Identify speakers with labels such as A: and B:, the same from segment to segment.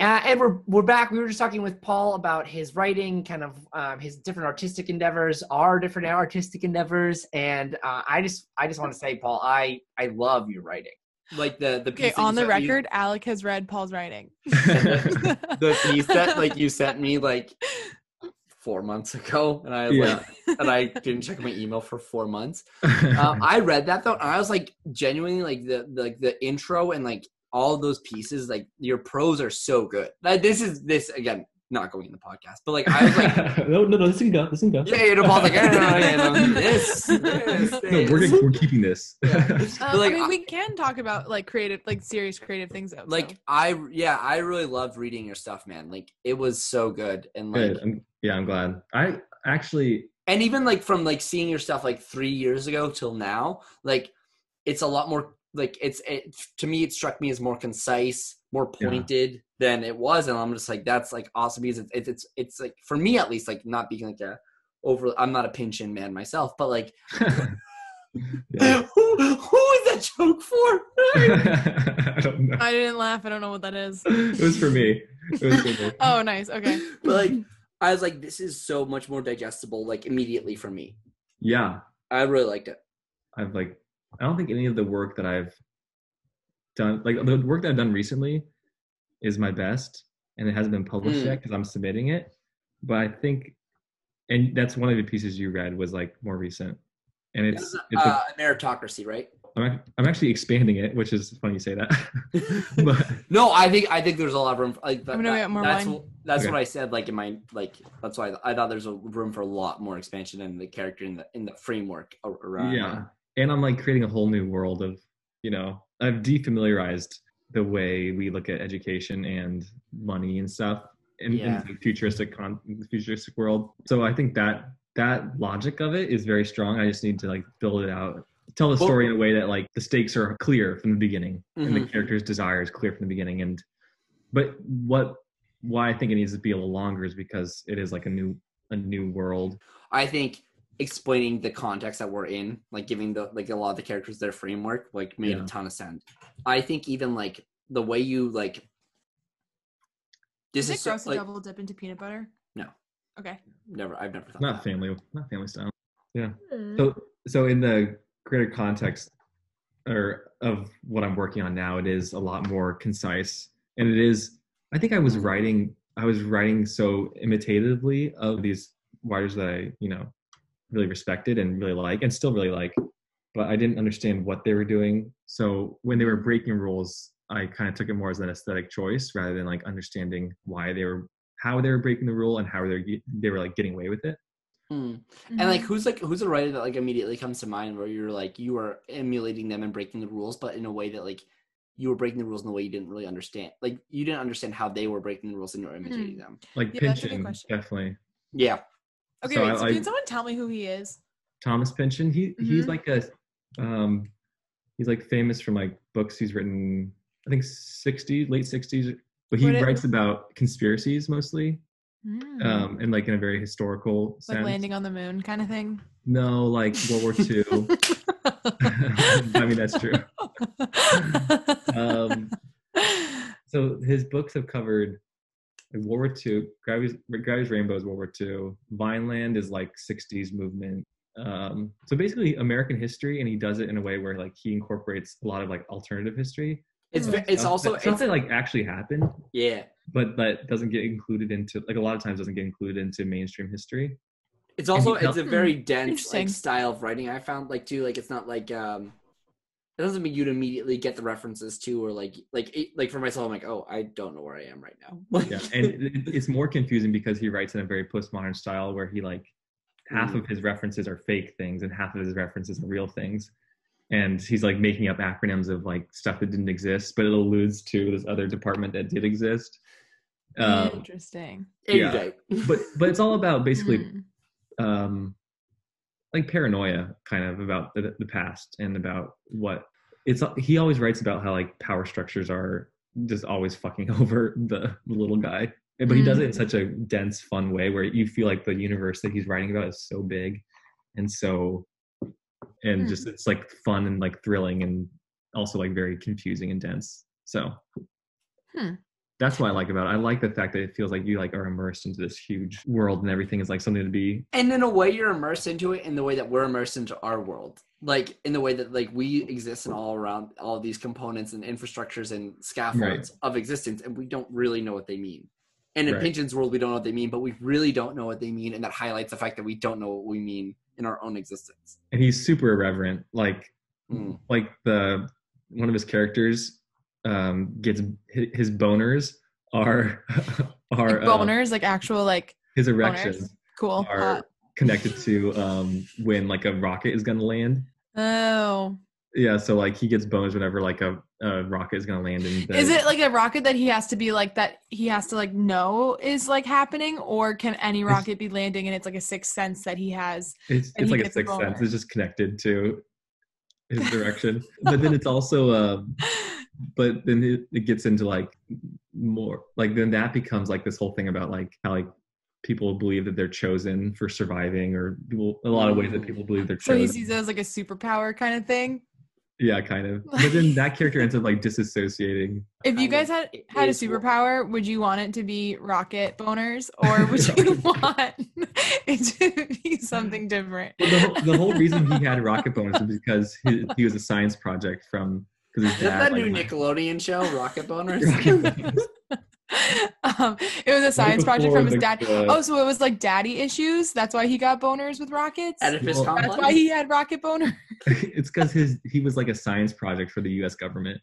A: Uh, and we're we're back. We were just talking with Paul about his writing, kind of um, his different artistic endeavors, our different artistic endeavors, and uh, I just I just want to say, Paul, I I love your writing.
B: Like the the
C: Okay,
B: piece that
C: on
B: you
C: the
B: sent me-
C: record, Alec has read Paul's writing.
B: Uh, the piece that like you sent me like four months ago, and I like, and I didn't check my email for four months. Um, I read that though, and I was like genuinely like the the- like the intro and like all those pieces. Like your pros are so good. Like this is this again not going in the podcast, but like I was like.
D: no, no, no, this can go. This can go.
B: Yeah, you know, Paul's like, "Yeah, yeah, yeah, this, this,
D: No, we're,
B: this."
D: gonna, we're keeping this.
C: Um,
B: Like,
C: I mean,
B: I-
C: we can talk about like creative, like serious creative things. Though,
B: like I, yeah, I really loved reading your stuff, man. Like it was so good, and like,
D: Good. I'm, yeah, I'm glad. I actually,
B: and even like from like seeing your stuff like three years ago till now, like it's a lot more like it's it, to me it struck me as more concise, more
D: Yeah.
B: pointed than it was, and I'm just like that's like awesome because it's it's it's, it's like for me at least like not being like a over I'm not a pinch-in man myself, but like
D: Yeah.
B: who who is that joke for?
D: I don't know.
C: I didn't laugh. I don't know what that is.
D: It was for me. It was for me.
C: Oh, nice. Okay.
B: but like I was like, this is so much more digestible, like immediately for me.
D: Yeah.
B: I really liked it.
D: I've like I don't think any of the work that I've done like the work that I've done recently is my best and it hasn't been published
B: Mm.
D: yet because I'm submitting it. But I think and that's one of the pieces you read was like more recent. And
B: It
D: it's
B: was
D: it's a,
B: uh, a meritocracy, right?
D: I'm, ac- I'm actually expanding it, which is funny you say that. but
B: No, I think I think there's a lot of room. For, like, that,
C: I'm gonna
B: that-
C: get more
B: that's
C: wine.
B: wh- that's
D: Okay.
B: what I said. Like in my like, that's why I thought there's a room for a lot more expansion in the character in the in the framework ar- around.
D: yeah. And I'm like creating a whole new world of, you know, I've defamiliarized the way we look at education and money and stuff in,
B: Yeah.
D: in the futuristic con- futuristic world. So I think that that logic of it is very strong. I just need to like build it out, tell the
B: Well-
D: story in a way that like the stakes are clear from the beginning and the
B: Mhm.
D: character's desire is clear from the beginning. And but what why I think it needs to be a little longer is because it is like a new a new world.
B: I think explaining the context that we're in, like giving the like a lot of the characters their framework, like made
D: Yeah.
B: a ton of sense. I think even like the way you like. This
C: is it
B: is so,
C: gross to
B: like,
C: double dip into peanut butter?
B: No.
C: Okay.
B: never. I've never thought.
D: Not
B: that.
D: family not family style. So, so in the greater context, or of what I'm working on now, it is a lot more concise, and it is. I think I was
C: Mm-hmm.
D: writing. I was writing so imitatively of these writers that I, you know, really respected and really like, and still really like, but I didn't understand what they were doing. So when they were breaking rules, I kind of took it more as an aesthetic choice rather than like understanding why they were, how they were breaking the rule, and how they were, they were like getting away with it.
B: Hmm. And
C: Mm-hmm.
B: like, who's like, who's a writer that like immediately comes to mind where you're like, you are emulating them and breaking the rules, but in a way that like you were breaking the rules in a way you didn't really understand. Like, you didn't understand how they were breaking the rules and you were imitating
C: Hmm.
B: them.
D: Like
C: Yeah, that's a good
D: pinching,
C: question.
D: definitely.
B: Yeah.
C: Okay,
D: So
C: wait.
D: I-
C: So
D: I-
C: can someone tell me who he is?
D: Thomas Pynchon. He he's
C: Mhm.
D: like a um he's like famous from like books he's written I think 60s late 60s but he
C: What it- Mm-hmm.
D: writes about conspiracies mostly um and like in a very historical
C: like
D: sense.
C: landing on the moon kind of thing.
D: no, like World War II. I mean that's true. Um so his books have covered like, World War II, Gravity's, Gravity's Rainbow is World War II, Vineland is like 60s movement. Um, so basically American history, and he does it in a way where like he incorporates a lot of like alternative history.
B: It's,
C: Hmm.
B: ve- it's
D: stuff
B: also,
D: that, stuff
B: it's,
D: that like actually happened,
B: yeah.
D: but that doesn't get included into like a lot of times doesn't get included into mainstream history.
B: It's also,
D: you
B: it's a
C: tell-
B: very dense
C: Interesting.
B: like style of writing I found like too. Like, it's not like, um, it doesn't mean you'd immediately get the references to or like, like, it, like for myself, I'm like, oh, I don't know where I am right now. Like,
D: Yeah, and it- it's more confusing because he writes in a very postmodern style where he like half of his references are fake things and half of his references are real things, and he's like making up acronyms of like stuff that didn't exist, but it alludes to this other department that did exist.
C: Mm.
D: Um,
C: Interesting.
B: erudite.
D: but but it's all about basically
C: Hmm.
D: um like paranoia kind of about the, the past and about what it's he always writes about how like power structures are just always fucking over the little guy but he does it in
C: Mm.
D: such a dense fun way where you feel like the universe that he's writing about is so big and so and
C: Mm.
D: just it's like fun and like thrilling and also like very confusing and dense so that's what I like about it. I like the fact that it feels like you like are immersed into this huge world and everything is like something to be.
B: And in a way, you're immersed into it in the way that we're immersed into our world, like in the way that like we exist in all around all these components and infrastructures and scaffolds
D: Right.
B: of existence, and we don't really know what they mean. And in
D: Right.
B: Pynchon's world, we don't know what they mean, but we really don't know what they mean, and that highlights the fact that we don't know what we mean in our own existence.
D: And he's super irreverent. Like
B: Mm.
D: like the one of his characters um gets hi- his boners are
C: Like
D: are uh,
C: boners, Oh, like actual, like
D: his erections
C: cool.
D: are
C: hot.
D: connected to um when like a rocket is gonna land.
C: Oh,
D: Yeah, so like he gets boners whenever like a, a rocket is gonna land. And
C: is it like a rocket that he has to be like that? He has to like know is like happening, or can any
D: It's-
C: rocket be landing and it's like a sixth sense that he has?
D: It's,
C: And he
D: it's like a
C: gets a
D: sixth
C: boner.
D: sense. It's just connected to his direction. but then it's also, uh, but then it, it gets into like more, like then that becomes like this whole thing about like how like people believe that they're chosen for surviving, or people, a lot of ways that people believe they're
C: So
D: chosen.
C: he sees it as like a superpower kind of thing.
D: yeah, kind of. But then that character ends up like disassociating.
C: If you
B: Kind
C: guys
B: of.
C: had
B: It
C: had a
B: is what-
C: superpower, would you want it to be rocket boners, or would you want it to be something different?
D: Well, the, whole- the whole reason he had rocket bonus is because he, he was a science project from because his
B: Is that
D: dad.
B: that new
D: like-
B: Nickelodeon show, Rocket Boners?
D: Rocket bonus.
C: um, it was a science project
D: before
C: from his
D: the-
C: dad.
D: the-
C: oh, so it was like daddy issues. That's why he got boners with rockets.
B: Oedipus
D: Well-
B: Complex.
C: That's why he had rocket boner.
D: it's because his he was like a science project for the U.S. government.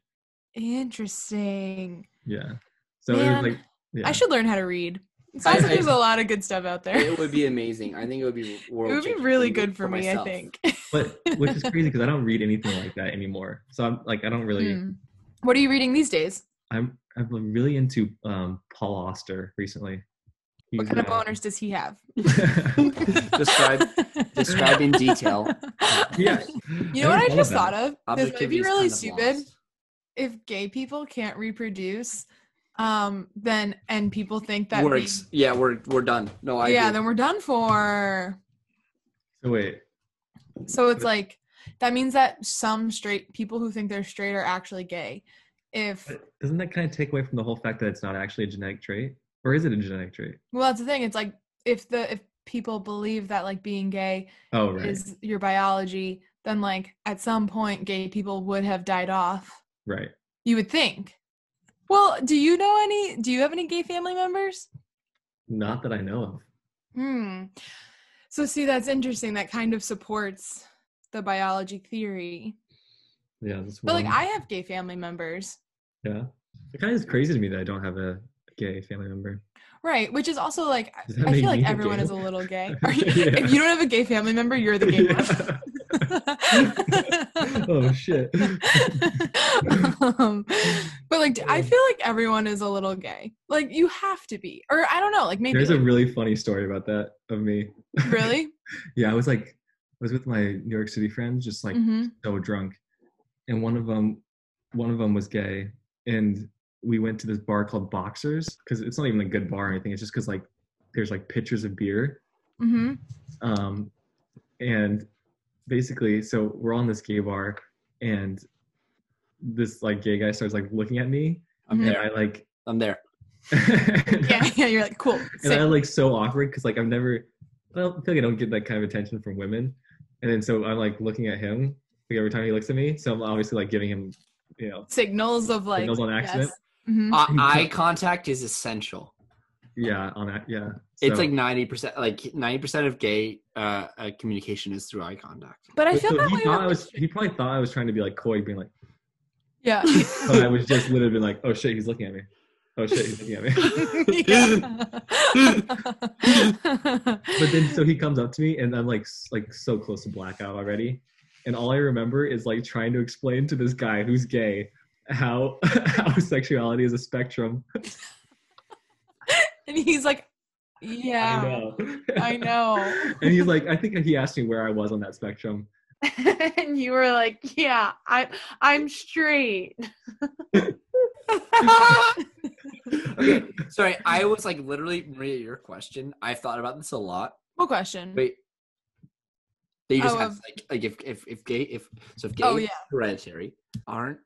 C: Interesting.
D: Yeah. So
C: Man,
D: it was like yeah.
C: I should learn how to read. It sounds
B: I-
C: like
B: I-
C: there's a lot of good stuff out there. It
B: it would be amazing. I think it would be world.
C: would be
B: changing
C: really good for me, I
B: myself.
C: think.
D: but which is crazy because I don't read anything like that anymore. So I'm like I don't really
C: Hmm. What are you reading these days?
D: I'm I've been really into um Paul Auster recently. He's,
C: What kind of
D: uh,
C: boners does he have?
B: Describe- describe in detail.
D: yeah.
C: You know what I just thought of? This might
B: Objectivity
C: be
B: is
C: really
B: kind of
C: stupid.
B: lost.
C: If gay people can't reproduce, um, then and people think that
B: Works. Yeah, we're we're done. No, I
C: we, yeah,
B: agree.
C: then we're done for.
D: So wait.
C: So it's like that means that some straight people who think they're straight are actually gay. If
D: but Doesn't that kind of take away from the whole fact that it's not actually a genetic trait? Or is it a genetic trait?
C: well, that's the thing. It's like if the if people believe that like being gay
D: Oh right.
C: is your biology, then like at some point gay people would have died off.
D: right.
C: You would think. Well, do you know any? Do you have any gay family members?
D: Not that I know of.
C: Hmm. So see, that's interesting. That kind of supports the biology theory.
D: Yeah. That's
C: But like,
D: one.
C: I have gay family members,
D: Yeah. It kind of is crazy to me that I don't have a gay family member.
C: right? Which is also like, I-
D: Does that
C: I
D: make
C: feel
D: me
C: like
D: a
C: everyone
D: gay?
C: is a little gay. Are you-
D: Yeah.
C: If you don't have a gay family member, you're the gay
D: Yeah.
C: one.
D: oh shit.
C: um, but like, I feel like everyone is a little gay. Like, you have to be, or I don't know. Like, maybe
D: There's a really funny story about that of me.
C: really.
D: Yeah, I was like, I was with my New York City friends, just like
C: hmm
D: so drunk, and one of them, one of them was gay, and we went to this bar called Boxers because it's not even a good bar or anything. It's just because like there's like pitchers of beer,
C: hmm
D: um, and basically, so we're on this gay bar, and this like gay guy starts like looking at me,
B: I'm
C: Mhm.
D: and
B: there.
D: I like.
B: I'm there.
C: Yeah, yeah. You're like cool.
D: and
C: sick.
D: I like so awkward because like I've never, I don't feel like I don't get that kind of attention from women, and then so I'm like looking at him like every time he looks at me, so I'm obviously like giving him, you know,
C: signals of like
D: Signals on accident?
C: Mhm.
B: Eye, Uh, eye contact is essential.
D: yeah, on that, yeah.
B: It's
D: So-
B: like ninety percent. Like ninety percent of gay uh, uh, communication is through eye contact.
C: But I
D: But
C: feel
D: so
C: that
D: he
C: way.
D: thought
C: with-
D: I was. He probably thought I was trying to be like coy, being like,
C: yeah.
D: but I was just literally been like, oh shit, he's looking at me. Oh shit, he's looking at me. But then so he comes up to me and I'm like s- like so close to blackout already, and all I remember is like trying to explain to this guy who's gay how how sexuality is a spectrum.
C: and he's like,
D: I
C: yeah,
D: know.
C: I know.
D: and he's like, I think he asked me where I was on that spectrum.
C: and you were like, yeah, I, I'm straight.
B: Okay, sorry. I was like literally Maria. Your question. I've thought about this a lot.
C: What question?
B: Wait. They just
C: Oh,
B: have
C: of-
B: like like if if if gay if so if gay
C: Oh, yeah.
B: hereditary aren't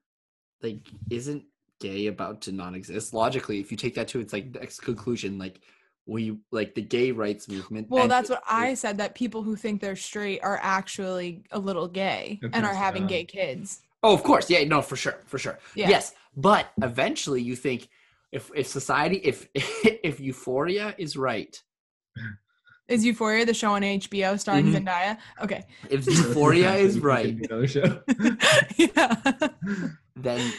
B: like isn't gay about to not exist. Logically, if you take that to its like next conclusion, like we like the gay rights movement.
C: Well,
B: and-
C: that's what I said that people who think they're straight are actually a little gay and are
D: Okay,
C: having
D: so-
C: gay kids.
B: oh, of course, yeah, no, for sure, for sure.
C: Yeah.
B: Yes, but eventually you think if if society if if euphoria is right,
C: Is Euphoria the show on HBO starring
B: Mhm.
C: Zendaya? Okay.
B: if euphoria is right,
D: Another show.
C: yeah.
B: then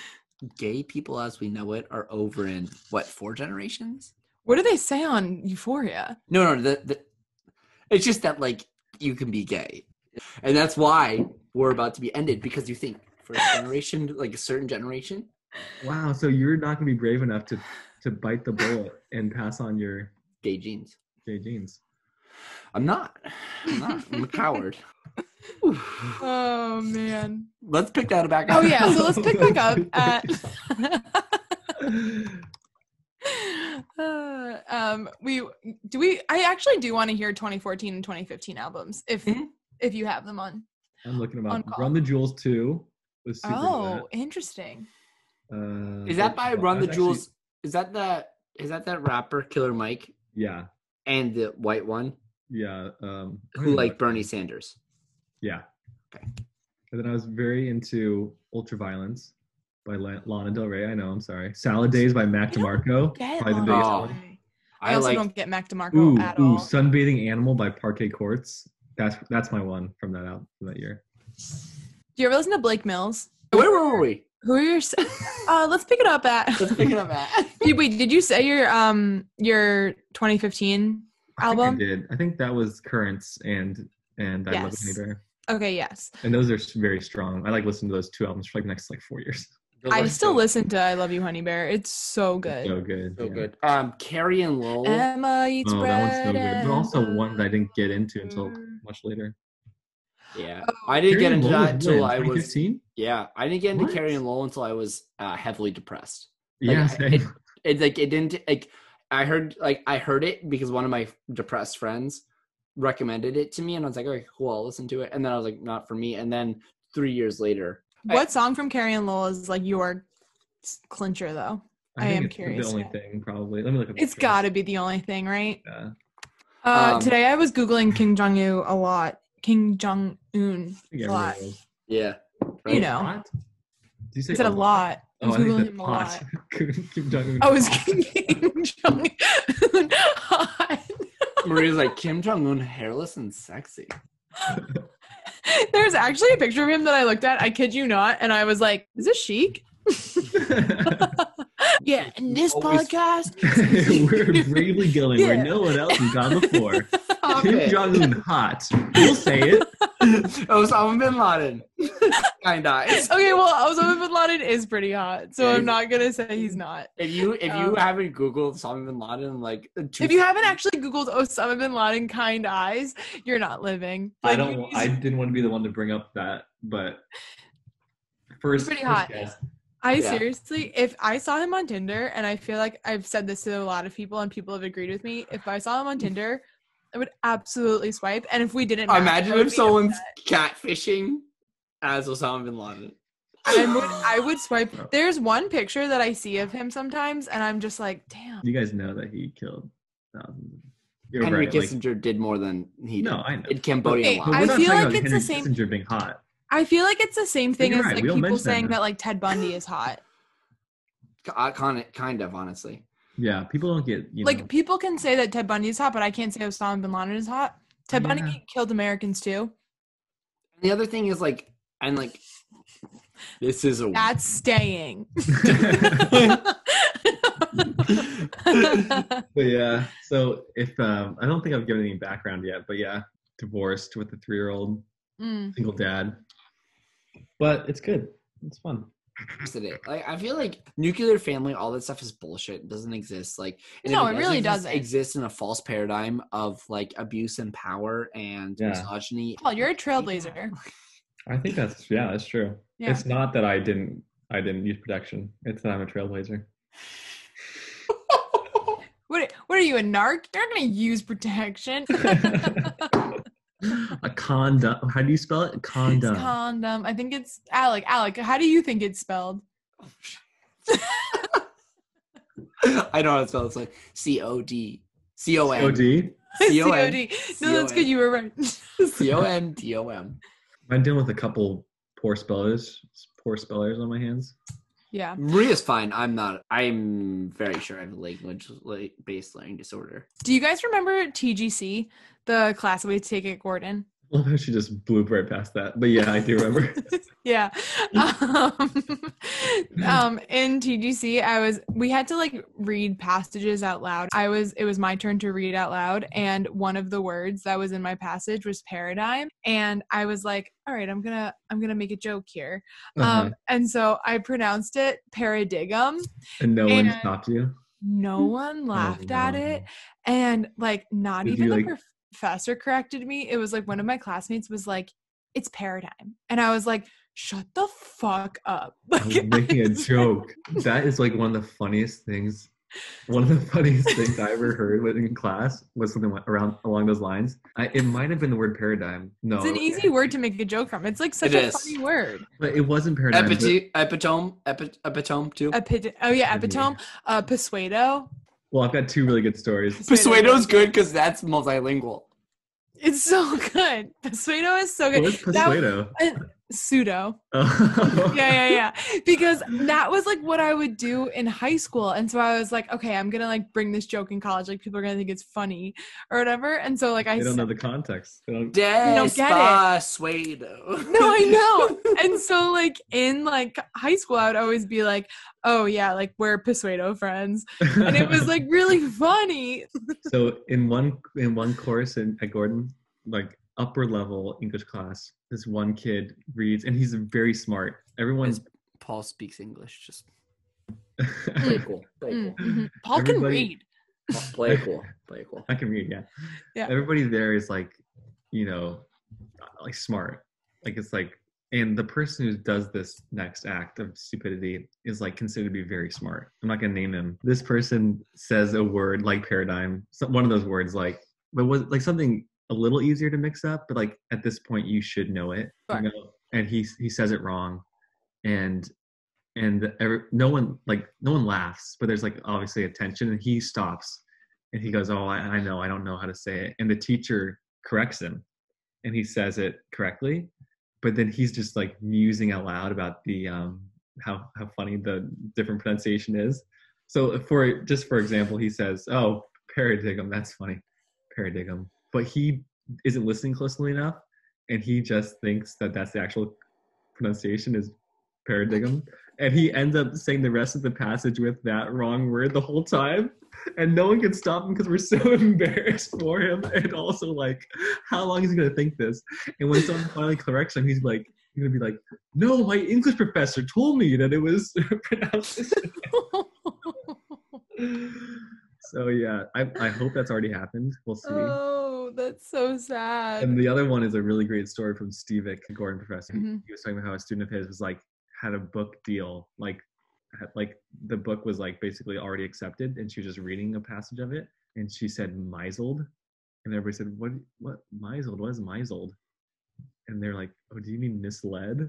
B: gay people as we know it are over in what four generations?
C: What do they say on Euphoria?
B: No, no, the, the it's just that like you can be gay, and that's why we're about to be ended because you think first generation, like a certain generation,
D: Wow. So you're not going to be brave enough to to bite the bullet and pass on your
B: gay genes.
D: gay jeans.
B: I'm not. I'm not. I'm a coward. Oof.
C: Oh man.
B: Let's pick that back up.
C: Oh yeah. So let's pick back up at. Uh, um, we do we. I actually do want to hear 2014 and 2015 albums if
B: Mhm.
C: if you have them on.
D: I'm looking them
C: On
D: up.
C: call.
D: Run the Jewels too. Was super
C: Oh, interesting.
D: good. Uh,
B: Is that
D: but-
B: by
D: well,
B: Run the
D: that's actually-
B: Jewels? Is that the is that that rapper Killer Mike
D: Yeah.
B: and the white one
D: Yeah. Um, I
B: who
D: don't
B: like
D: know.
B: Bernie Sanders?
D: Yeah.
B: Okay.
D: And then I was very into Ultraviolence by La- Lana Del Rey. I know. I'm sorry. Salad Days by Mac
C: I don't
D: DeMarco.
C: Get
D: Probably the
C: Lana
D: biggest
C: Del
B: one.
C: Rey. I
B: I,
C: also
B: like
C: don't get Mac DeMarco
D: Ooh,
C: at
D: ooh,
C: all.
D: Sunbathing Animal by Parquet Courts. That's that's my one from that out from that year.
C: Do you ever listen to Blake Mills?
B: where were we?
C: Who are your? s- Uh, let's pick it up at.
B: Let's pick it up at.
C: Did, wait, did you say your um your 2015
D: I,
C: album?
D: think I did. I think that was Currents and and I Love
C: Yes.
D: Honey Bear.
C: Okay, yes.
D: And those are s- very strong. I like listening to those two albums for like next like four years.
C: I still listen to "I Love You, Honey Bear." It's so good.
D: So good.
B: So
D: yeah.
B: good. Um, Carrie and Lowell.
C: Emma eats
D: Oh, that one's
C: bread.
D: so good. But
C: and
D: also one that I didn't get into until
C: butter.
D: much later.
B: yeah, I didn't get into that until I was.
D: 15.
B: Yeah, I didn't get into
D: What?
B: Carrie and Lowell until I was uh, heavily depressed. Like,
D: Yeah,
B: I-
D: same.
B: it- It like it didn't like. I heard like I heard it because one of my depressed friends recommended it to me, and I was like, okay, cool, I'll listen to it. And then I was like, not for me. And then three years later,
C: Mm. What song from Carrie and Lowell is like your s- clincher though? I
D: think
C: am
D: it's
C: curious,
D: The only
C: yeah.
D: thing probably. Let me look up.
C: It's got to be the only thing, right?
D: Yeah.
C: Uh,
B: Um,
C: today I was googling King Jong Il a lot. King Jong Un
D: I think
C: a lot.
D: everyone knows.
B: yeah,
C: You know.
D: Pot? Did you say
C: I said a lot. I
D: Oh,
C: was
D: I think
C: googling
D: that's
C: him a lot. Oh,
D: pot. Kim Jong-un.
C: I was King Jong Un.
B: Maria's like Kim Jong Un, hairless and sexy.
C: There's actually a picture of him that I looked at. I kid you not, and I was like, "Is this chic?" Yeah, and this
B: Always-
C: podcast.
D: We're bravely going
C: Yeah.
D: where no one else has gone before.
B: Stop
D: Kim
B: it.
D: Jong Un hot. We'll say it.
B: Oh, Osama bin Laden, kinda. It's-
C: Okay, well, Osama bin Laden is pretty hot, so
B: Yeah,
C: I'm
B: he's-
C: not gonna say he's not.
B: If you if you
C: Um,
B: haven't Googled Osama bin Laden, like two-
C: If you haven't actually Googled Osama bin Laden kind eyes, you're not living.
D: I
C: Like,
D: don't. I didn't want to be the one to bring up that, but first,
C: pretty
D: first
C: hot.
D: guess.
C: I
B: Yeah.
C: seriously, if I saw him on Tinder, and I feel like I've said this to a lot of people, and people have agreed with me. If I saw him on
D: Mm-hmm.
C: Tinder, I would absolutely swipe. And if we didn't, match, I
B: imagine
C: would
B: if
C: be
B: someone's
C: upset.
B: catfishing as Osama bin Laden.
C: I would, I would swipe. There's one picture that I see of him sometimes, and I'm just like, damn.
D: You guys know that he killed thousands. You're
B: Henry
D: right. like-
B: Kissinger did more than he did
D: no, I know.
B: in Cambodia.
C: Okay,
B: law.
D: But we're
C: I
D: not
C: feel
D: talking
C: like
D: about
C: it's the
D: Henry
C: same-
D: Kissinger being hot.
C: I feel like it's the same thing
D: you're
C: as
D: right,
C: like
D: we don't
C: people
D: mention that
C: saying
D: enough.
C: that like Ted Bundy is hot.
B: I kind of, kind of honestly.
D: Yeah, people don't get you
C: like
D: know,
C: people can say that Ted Bundy is hot, but I can't say Osama bin Laden is hot. Ted Bundy
D: Yeah.
C: killed Americans too.
B: And the other thing is like, and like, this is a
C: That's staying. Hmm.
D: But yeah, so if um, I don't think I've given any background yet, but yeah, divorced with a three-year-old
C: Mm.
D: single dad. But it's good. It's fun.
B: today. Like, I feel like nuclear family, all that stuff is bullshit. It doesn't exist. Like, and
C: No,
B: if
C: it really
B: does
C: doesn't.
B: exist in a false paradigm of like abuse and power and
D: Yeah.
B: misogyny.
C: Well, you're a trailblazer.
D: I think that's yeah, that's true.
C: Yeah.
D: It's not that I didn't I didn't use protection. It's that I'm a trailblazer.
C: What what are you, a narc? You're not gonna use protection.
D: a condom. How do you spell it?
C: It's
D: Condom.
C: condom. I think it's Alec. Alec, how do you think it's spelled?
B: I know how to spell it. It's like C O D C O
D: O
B: N
D: D.
B: C O N
C: COD. No, that's good. You were right.
B: C O N D O M.
D: I'm dealing with a couple poor spellers, poor spellers on my hands.
C: yeah.
B: Maria's fine. I'm not. I'm very sure I have a language like, based learning disorder.
C: Do you guys remember TGC, the class we take at Gordon?
D: Well, how she just blew right past that. But yeah, I do remember.
C: Yeah. Um, um, in TGC, I was we had to like read passages out loud. I was it was my turn to read out loud, and one of the words that was in my passage was paradigm, and I was like, all right, I'm gonna I'm gonna make a joke here,
D: Uh-huh.
C: um, and so I pronounced it paradigm.
D: and no one
C: and-
D: stopped you.
C: No one laughed at
D: Oh, no.
C: it, and like not
D: Did
C: even
D: you,
C: the
D: like-
C: professor corrected me. It was like one of my classmates was like, "It's paradigm," and I was like, "Shut the fuck up!"
D: I
C: Like,
D: was making a
C: just-
D: joke. That is like one of the funniest things. One of the funniest things I ever heard when in class was something around along those lines. I, it might have been the word paradigm. No,
C: It's an easy word to make a joke from. It's like such
B: It
C: a
B: is.
C: funny word.
D: But it wasn't paradigm. but-
B: Epitome, epitome, epi- epitome too.
C: Epit- oh yeah,
D: Yeah.
C: epitome. Uh, Pesuedo.
D: well, I've got two really good stories.
B: Persuado's good because that's multilingual.
C: It's so good. Pesuedo is so
D: What
C: good.
D: was Persuado?
C: Pseudo.
D: Oh.
C: yeah, yeah, yeah. Because that was like what I would do in high school. And so I was like, okay, I'm gonna like bring this joke in college. Like people are gonna think it's funny or whatever. And so like I
D: They don't
C: s-
D: know the context. They don't-
C: don't get it.
B: Despacito.
C: No, I know. and so like in like high school, I would always be like, oh yeah, like we're Pesuedo friends. And it was like really funny.
D: so in one in one course in, at Gordon, like upper level English class, this one kid reads, and he's very smart. Everyone,
B: Paul speaks English. Just play
D: I
B: cool. Play
C: Mm,
B: cool.
C: mhm. Paul can
D: Everybody-
C: read.
B: Play cool. Play cool.
D: can read, yeah.
C: Yeah.
D: Everybody there is like, you know, like smart. Like it's like, and the person who does this next act of stupidity is like considered to be very smart. I'm not gonna name him. This person says a word like paradigm, so- one of those words like, but was like something a little easier to mix up, but like at this point you should know it. you
C: Sure.
D: know? And he he says it wrong, and and the- every, no one like no one laughs, but there's like obviously a tension, and he stops, and he goes, "Oh, I, I know, I don't know how to say it," and the teacher corrects him, and he says it correctly, but then he's just like musing out loud about the um how how funny the different pronunciation is. So uh, for just for example, he says, "Oh, paradigm, that's funny, paradigm," but he isn't listening closely enough, and he just thinks that that's the actual pronunciation is paradigm, and he ends up saying the rest of the passage with that wrong word the whole time. And no one can stop him because we're so embarrassed for him, and also like, how long is he gonna think this? And when someone finally corrects him, he's like, he's gonna be like, "No, my English professor told me that it was pronounced." this so yeah, I, I hope that's already happened. We'll see.
C: oh, that's so sad.
D: and the other one is a really great story from Stevic, the Gordon professor. He-
B: Mm-hmm.
C: Mhm.
D: He was talking about how a student of his was like had a book deal, like had, like the book was like basically already accepted, and she was just reading a passage of it, and she said misled, and everybody said, "What? What misled? What is misled?" And they're like, "Oh, do you mean misled?"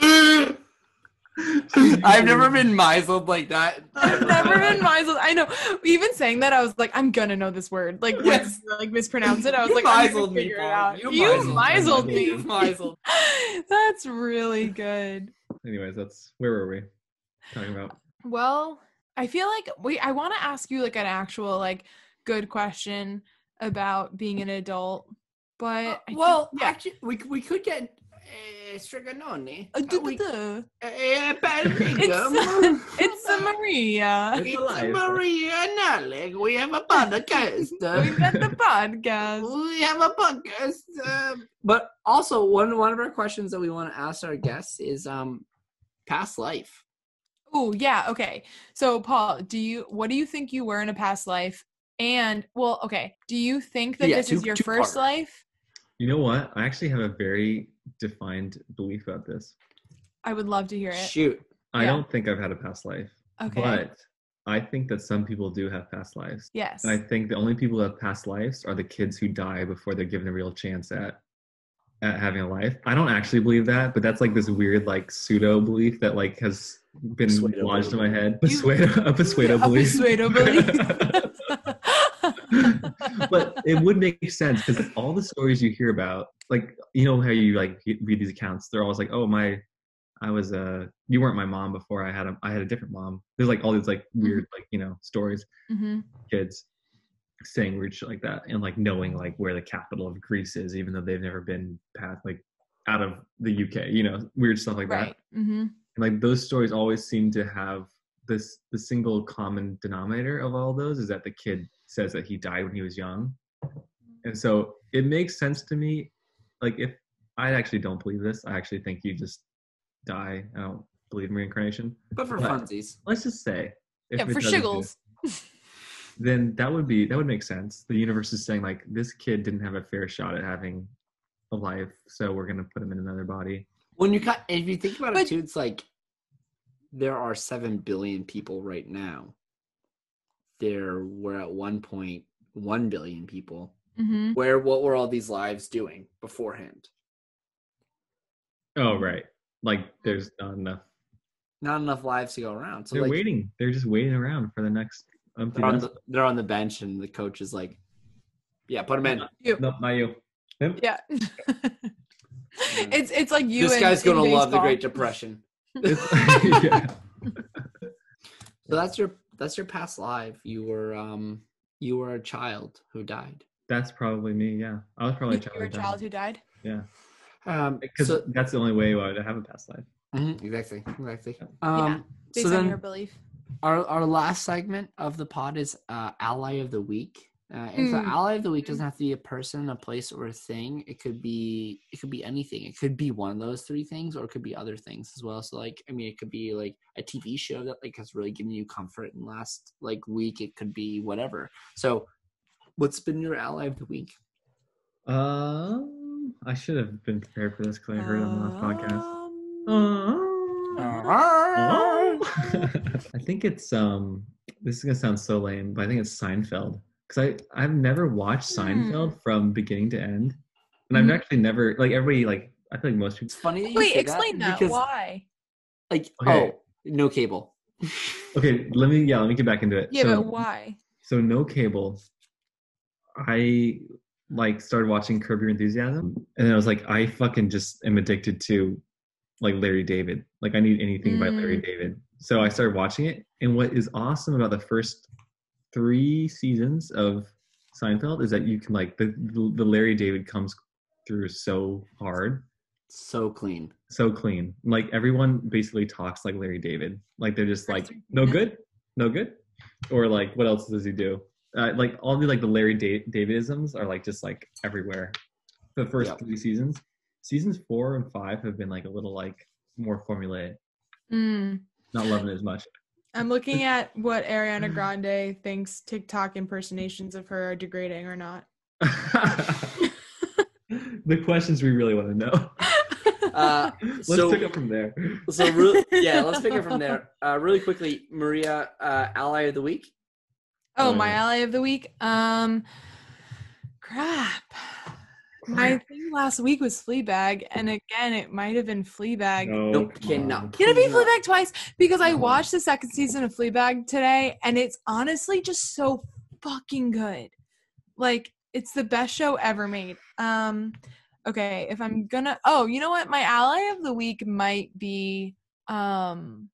B: I've never been misled like that.
C: I've never been misled. I know. Even saying that, I was like, I'm gonna know this word. Like,
B: Yes.
C: when, like mispronounce it. I was
B: You
C: like, I'm gonna
B: misled me,
C: figure it
B: Paul.
C: out.
B: You
C: You,
B: misled
C: misled
D: me.
C: me.
B: You misled.
C: That's really good.
D: Anyways, that's where were we talking about?
C: Well, I feel like we. I want to ask you like an actual like good question about being an adult, but Uh, I
B: Uh,
C: uh,
B: well,
C: yeah.
B: actually, we we could get uh, Striganoni.
C: think-
B: Uh, we- uh,
C: Duh. It's- uh,
B: paradigm.
C: it's a Maria.
D: It's
B: It's
D: alive.
B: Maria and Alec. We have a podcast.
C: We
B: uh,
C: got the podcast.
B: we have a podcast. uh, but also, one one of our questions that we want to ask our guests is um, past life.
C: Oh, yeah. Okay. So, Paul, do you what do you think you were in a past life? And well, okay. Do you think that
B: Yeah,
C: this
B: two-
C: is your
B: two
C: first
B: parter.
C: life?
D: You know what? I actually have a very defined belief about this.
C: I would love to hear it.
B: Shoot.
D: I
C: Yeah.
D: don't think I've had a past life,
C: Okay.
D: but I think that some people do have past lives.
C: yes.
D: And I think the only people who have past lives are the kids who die before they're given a real chance at at having a life. I don't actually believe that, but that's like this weird like pseudo belief that like has been
B: Persuado
D: lodged in
B: belief.
D: my head.
C: You-
D: Persuado, a persuado
C: A
D: belief.
C: persuado belief.
D: but it would make sense because all the stories you hear about, like you know how you like read these accounts, they're always like, "Oh my, I was uh, you weren't my mom before. I had a, I had a different mom." There's like all these like weird
C: Mm-hmm.
D: like you know stories
C: Mhm.
D: kids saying weird shit like that and like knowing like where the capital of Greece is, even though they've never been past like out of the UK, you know, weird stuff like that.
C: Right. hmm
D: And like those stories always seem to have this the single common denominator of all those is that the kid says that he died when he was young. And so it makes sense to me. Like if I actually don't believe this, I actually think you just die. I don't believe in reincarnation.
B: But for
D: But-
B: funsies.
D: Let's just say if
C: Yeah,
D: it
C: for
D: does exist,
C: shiggles.
D: then that would be that would make sense. The universe is saying like this kid didn't have a fair shot at having a life, so we're gonna put him in another body.
B: When you got, if you think about
C: But-
B: it too, it's like there are seven billion people right now. There were at one point one billion people.
C: hmm
B: Where what were all these lives doing beforehand?
D: Oh right, like there's not enough.
B: Not enough lives to go around. So
D: They're
B: like
D: waiting. They're just waiting around for the next. Empty
B: they're on,
D: nest.
B: the, they're on the bench, and the coach is like, "Yeah, put him in."
D: Nope, not you. Nope.
C: Yeah. it's it's like you.
B: this
C: in-
B: guy's
C: in
B: gonna love the
C: baseball.
B: Great Depression.
D: It's- yeah.
B: So that's your that's your past life. You were um you were a child who died.
D: That's probably me. Yeah, I was probably a
C: You were a child
D: child.
C: who died.
B: Um,
D: Because
B: so
D: that's the only way why I would have a past life.
B: Mhm, exactly, exactly.
D: Yeah.
B: Um,
C: Based
B: so
C: on
B: then
C: your belief.
B: our our last segment of the pod is uh, ally of the week. Uh, and so
C: Mm.
B: ally of the week doesn't have to be a person, a place, or a thing. It could be it could be anything. It could be one of those three things, or it could be other things as well. So like I mean, it could be like a TV show that like has really given you comfort in the last like week. It could be whatever. So what's been your ally of the week?
D: Um, I should have been prepared for this because I heard it on the last podcast.
C: Um,
D: Uh,
C: Uh,
D: I think it's um this is gonna sound so lame, but I think it's Seinfeld. Because I, I've never watched
C: Hmm.
D: Seinfeld from beginning to end. And I've
C: Mhm.
D: actually never like everybody like I feel like most people
B: It's funny. That you
C: Wait,
B: say
C: explain that.
B: because
C: Why?
B: like
D: Okay.
B: oh no cable.
D: Okay, let me yeah, let me get back into it.
C: Yeah,
D: so,
C: but why?
D: so no cable. I like started watching Curb Your Enthusiasm and then I was like, I fucking just am addicted to like Larry David. Like I need anything by Larry David. So I started watching it. And what is awesome about the first three seasons of Seinfeld is that you can like the the Larry David comes through so hard,
B: So clean.
D: so clean. Like everyone basically talks like Larry David. Like they're just like
C: First
D: no
C: three
D: good, no good, or like what else does he do? Uh, like all the like the Larry da- Davidisms are like just like everywhere. The first
B: Yep.
D: three seasons, seasons four and five have been like a little like more formulaic.
C: Mm.
D: Not loving it as much.
C: I'm looking at what
D: Mm.
C: Ariana Grande thinks TikTok impersonations of her are degrading or not.
D: the questions we really want to know.
B: Uh,
D: Let's
B: So-
D: pick up from there.
B: So real, yeah, let's pick it from there. Uh, really quickly, Maria, uh, ally of the week.
C: Oh,
D: Oh,
C: my
D: yeah.
C: ally of the week. Um, crap. My thing last week was Fleabag, and again, it might have been Fleabag.
D: No,
B: Nope,
D: come
B: cannot.
C: Can it be
B: cannot.
C: Fleabag twice? Because I
B: No.
C: watched the second season of Fleabag today, and it's honestly just so fucking good. Like, it's the best show ever made. Um, okay, if I'm gonna, oh, you know what? My ally of the week might be, um,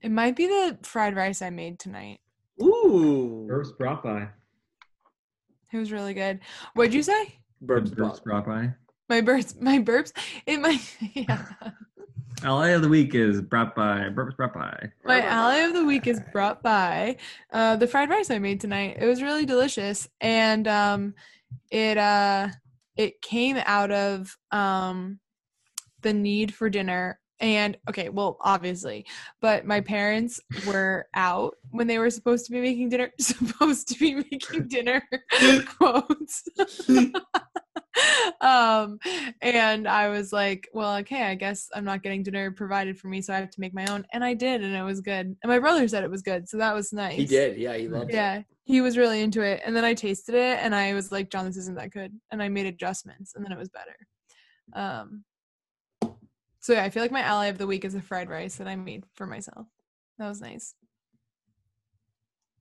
C: it might be the fried rice I made tonight.
D: on.
B: Ooh,
D: Herbs brought by.
C: It was really good. What'd you say?
B: Burbs
D: Herbs
B: Bob.
D: brought by.
C: My burps, my burps. It might. Yeah.
D: LA of the week is brought by. Herbs brought by.
C: My ally of the week is brought by uh, the fried rice I made tonight. It was really delicious, and um, it uh, it came out of um, the need for dinner. And okay, well, obviously, but my parents were out when they were supposed to be making dinner. Supposed to be making dinner quotes. um and i was like well okay i guess i'm not getting dinner provided for me so i have to make my own and i did and it was good and my brother said it was good so that was nice
B: He did. Yeah, he loved it.
C: yeah he was really into it and then i tasted it and i was like john this isn't that good and i made adjustments and then it was better um so yeah i feel like my ally of the week is the fried rice that i made for myself That was nice.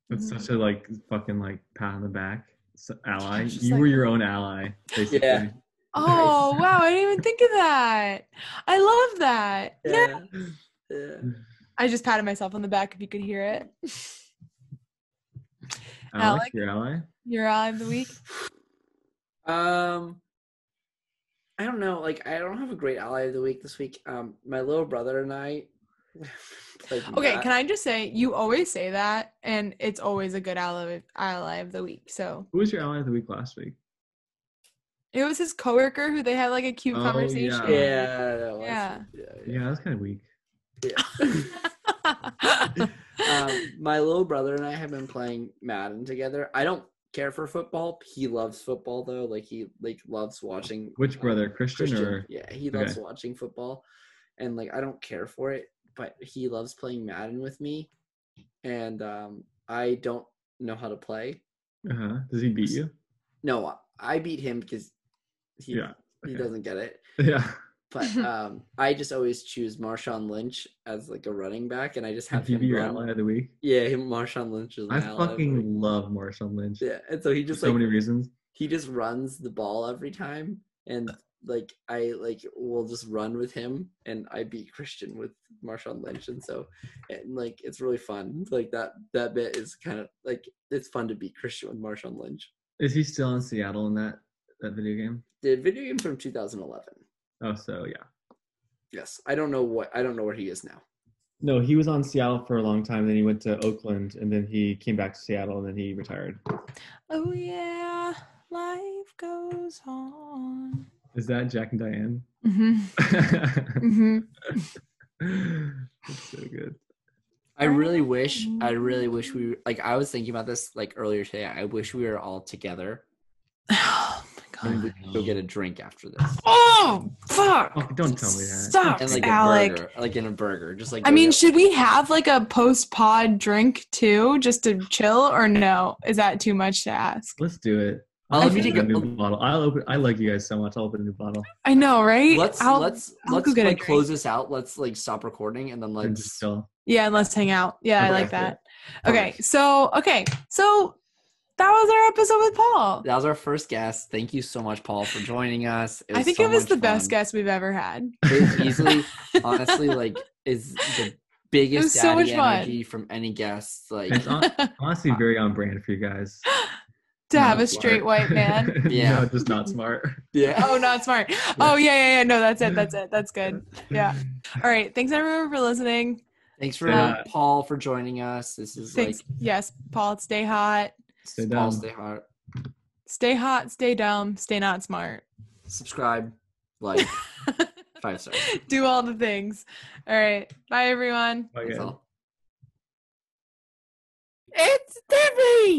D: That's
C: Mhm.
D: such a like fucking like pat on the back. s ally,
C: Just
D: you
C: like-
D: were your own ally. Basically.
B: Yeah.
C: Oh wow, I didn't even think of that. I love that. Yeah.
B: Yeah. yeah.
C: I just patted myself on the back if you could hear it.
D: Alex,
C: Alec?
D: your ally.
C: Your eye of the week.
B: Um, I don't know. Like, I don't have a great ally of the week this week. Um, my little brother and I. played
C: Okay,
B: Matt.
C: can I just say you always say that, and it's always a good ally ally of the week. So
D: Who was your ally of the week last week?
C: it was his coworker who they had like a cute
D: Oh,
C: conversation.
D: I-
B: Yeah. that was-
C: Yeah.
D: Yeah, that was kind of weak.
B: yeah. um, my little brother and I have been playing Madden together. I don't care for football. He loves football though. Like he like loves watching.
D: Which
B: um,
D: brother, Christian, or
B: Yeah, he loves
D: okay.
B: watching football, and like I don't care for it, but he loves playing Madden with me, and um, I don't know how to play.
D: uh-huh. does he beat you?
B: No, I beat him because he
D: Yeah,
B: he
D: okay.
B: doesn't get it.
D: Yeah,
B: But um, I just always choose Marshawn Lynch as like a running back, and I just have
D: he
B: him
D: be your
B: run.
D: ally of the week.
B: Yeah, him, Marshawn Lynch is.
D: I
B: an ally of the week.
D: fucking love Marshawn Lynch.
B: Yeah, and so he
D: for
B: just
D: so
B: like
D: many reasons.
B: he just runs the ball every time, and like I like will just run with him, and I beat Christian with Marshawn Lynch, and so and like it's really fun. Like that that bit is kind of like it's fun to beat Christian with Marshawn Lynch.
D: Is he still in Seattle in that that video game?
B: The video game from 2011.
D: Oh, so yeah.
B: Yes, I don't know what I don't know where he is now.
D: No, he was on Seattle for a long time. Then he went to Oakland, and then he came back to Seattle, and then he retired.
C: oh yeah, life goes on.
D: Is that Jack and Diane?
C: hmm hmm
D: That's so good.
B: I really wish I really wish we like I was thinking about this like earlier today. I wish we were all together
C: Oh my
B: and
C: god.
B: we could go get a drink after this.
C: Oh fuck!
D: Oh, don't tell me that.
C: Stop,
B: and like a
C: Alec.
B: burger, like in a burger, just like
C: I
B: go
C: mean,
B: get-
C: should we have like a post pod drink too, just to chill, or no? Is that too much to ask?
D: Let's do it.
B: I
D: I'll open
B: think
D: a
B: it-
D: new bottle. I'll open. I like you guys so much. I'll open a new bottle
C: I know, right?
B: let's
C: I'll-
B: let's
C: I'll
B: let's
C: go get a
B: like
C: drink.
B: close this out. Let's like stop recording and then
D: and just
B: let's
D: chill.
C: yeah, and let's hang out. Yeah, I
D: Okay.
C: like that. Okay,
B: Perfect.
C: so okay, so that was our episode with Paul.
B: that was our first guest. Thank you so much, Paul, for joining us.
C: I think
B: so
C: it was
B: much
C: the best
B: fun.
C: guest we've ever had.
B: It easily, honestly, like is the biggest
C: so much
B: daddy
C: fun.
B: energy from any guest. Like
D: It's on, honestly very on brand for you guys.
C: to have
D: Not
C: a straight white
D: smart.
C: man.
B: Yeah.
D: no, just not smart.
B: yeah.
C: Oh, not smart. Oh, yeah, yeah, yeah. No, that's it. That's it. That's good. Yeah. All right. Thanks everyone for listening.
B: Thanks for
D: Yeah.
B: Paul for joining us. This is
C: Thanks. Yes, Paul. Stay hot.
D: Stay
B: like Paul
D: dumb.
B: Stay Hard.
C: Stay hot. Stay dumb. Stay not smart.
B: Subscribe, like, five stars.
C: Do all the things. All right. Bye, everyone.
B: That's
D: Okay.
B: all.
C: It's Debbie.